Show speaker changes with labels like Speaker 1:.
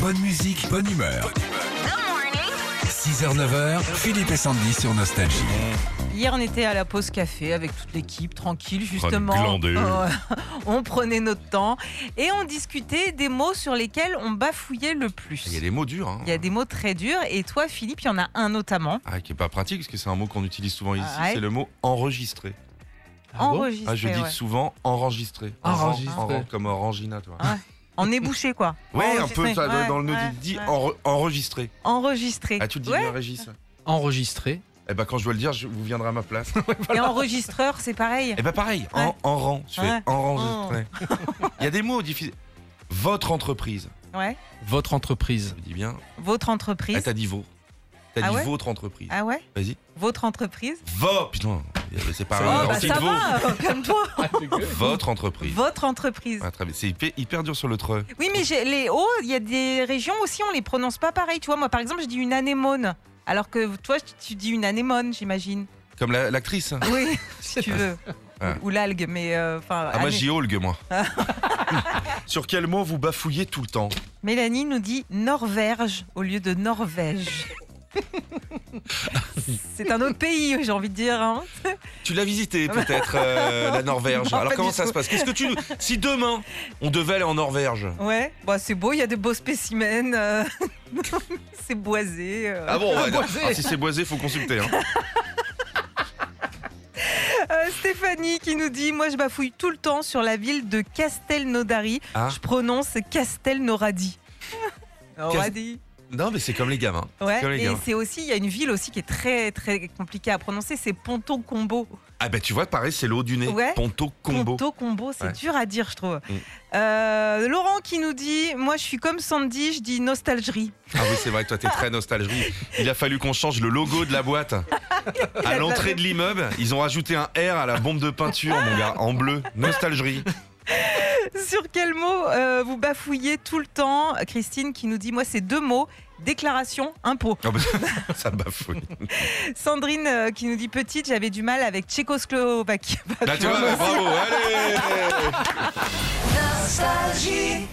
Speaker 1: Bonne musique, bonne humeur. 6h, 9h, Philippe et Sandy sur Nostalgie.
Speaker 2: Hier, on était à la pause café avec toute l'équipe, tranquille,
Speaker 3: train de
Speaker 2: justement.
Speaker 3: glander.
Speaker 2: Euh, on prenait notre temps et on discutait des mots sur lesquels on bafouillait le plus.
Speaker 3: Il y a des mots durs, hein.
Speaker 2: Il y a des mots très durs et toi, Philippe, il y en a un notamment.
Speaker 3: Ah, qui est pas pratique parce que c'est un mot qu'on utilise souvent ici,
Speaker 2: Ah Ouais.
Speaker 3: c'est le mot enregistré.
Speaker 2: enregistré.
Speaker 3: Ah, je dis
Speaker 2: ouais.
Speaker 3: souvent enregistré.
Speaker 4: Enregistré.
Speaker 3: Enren- enren- comme orangina, toi.
Speaker 2: Ah,
Speaker 4: en
Speaker 2: On est bouché quoi.
Speaker 3: Ouais, un peu
Speaker 2: Enregistré,
Speaker 3: ça,
Speaker 2: ouais,
Speaker 3: dans le nez,
Speaker 2: ouais,
Speaker 3: il dit
Speaker 2: ouais.
Speaker 3: enre- enregistré.
Speaker 2: Enregistré.
Speaker 3: Ah, tu le dis
Speaker 2: Ouais.
Speaker 3: bien, Régis
Speaker 4: enregistré.
Speaker 3: Eh ben, quand je dois le dire, je- vous viendrez à ma place.
Speaker 2: Et enregistreur, c'est pareil.
Speaker 3: Eh ben, pareil, en,
Speaker 2: Ouais.
Speaker 3: en rang, je fais
Speaker 2: Ouais. Oh.
Speaker 3: enregistré. Il y a des mots difficiles. Votre entreprise,
Speaker 2: Ouais.
Speaker 4: Votre entreprise.
Speaker 3: je dis bien.
Speaker 2: Votre
Speaker 3: ben. Ah,
Speaker 2: entreprise.
Speaker 3: t'as dit vos. T'as
Speaker 2: Ah
Speaker 3: dit
Speaker 2: ouais
Speaker 3: votre entreprise.
Speaker 2: Ah ouais
Speaker 3: Vas-y.
Speaker 2: Votre entreprise.
Speaker 3: Vos. Putain, c'est pas
Speaker 4: Oh,
Speaker 3: un
Speaker 2: oh, bah
Speaker 3: antique
Speaker 2: ça
Speaker 3: veau.
Speaker 2: va, euh, comme toi.
Speaker 3: Votre entreprise.
Speaker 2: Votre entreprise.
Speaker 3: Ah, très bien. C'est hyper, hyper dur sur le tre.
Speaker 2: Oui, mais j'ai- les O, il y a des régions aussi, on les prononce pas pareil. Tu vois, moi, par exemple, je dis une anémone. Alors que toi, tu- tu dis une anémone, j'imagine.
Speaker 3: Comme la- l'actrice.
Speaker 2: Oui, si tu veux.
Speaker 3: Ah.
Speaker 2: Ou l'algue, mais euh, enfin.
Speaker 3: Ah, moi,
Speaker 2: allez.
Speaker 3: j'y holgue, moi. Sur quel mot vous bafouillez tout le temps
Speaker 2: Mélanie nous dit Norvège au lieu de Norvège. C'est un autre pays, j'ai envie de dire. hein.
Speaker 3: Tu l'as visité, peut-être, euh, la Norvège.
Speaker 2: Ah, bah. Non,
Speaker 3: Alors,
Speaker 2: pas
Speaker 3: comment
Speaker 2: du
Speaker 3: ça
Speaker 2: tout.
Speaker 3: se passe Qu'est-ce que tu. Si demain, on devait aller en Norvège.
Speaker 2: Ouais, bah, c'est beau, il y a de beaux spécimens. euh, c'est boisé. euh.
Speaker 3: Ah bon ouais, ah, Si c'est boisé, faut consulter. hein.
Speaker 2: Euh, Stéphanie qui nous dit Moi, je bafouille tout le temps sur la ville de Castelnaudary.
Speaker 3: Ah.
Speaker 2: Je prononce Castelnauradi. Nauradi.
Speaker 3: Non, mais c'est comme les gamins.
Speaker 2: Ouais,
Speaker 3: comme les
Speaker 2: et
Speaker 3: gamins.
Speaker 2: c'est aussi, il y a une ville aussi qui est très très compliquée à prononcer, c'est Ponto Combo.
Speaker 3: Ah, bah, tu vois, pareil, c'est l'eau du nez.
Speaker 2: Ouais.
Speaker 3: Ponto combo.
Speaker 2: Ponto Combo, c'est
Speaker 3: Ouais.
Speaker 2: dur à dire, je trouve.
Speaker 3: Mm.
Speaker 2: Euh, Laurent qui nous dit Moi, je suis comme Sandy, je dis nostalgie.
Speaker 3: Ah, oui, c'est vrai, toi, t'es très nostalgique. Il a fallu qu'on change le logo de la boîte. À l'entrée de l'immeuble, ils ont rajouté un R à la bombe de peinture, mon gars, en bleu. Nostalgie.
Speaker 2: Sur quel mot euh, vous bafouillez tout le temps Christine qui nous dit Moi, c'est deux mots déclaration, impôt.
Speaker 3: Ah bah, ça bafouille.
Speaker 2: Sandrine euh, qui nous dit Petite, j'avais du mal avec
Speaker 3: Bah,
Speaker 2: Tchécoslovaquie.
Speaker 3: Là, tu vois, bravo, allez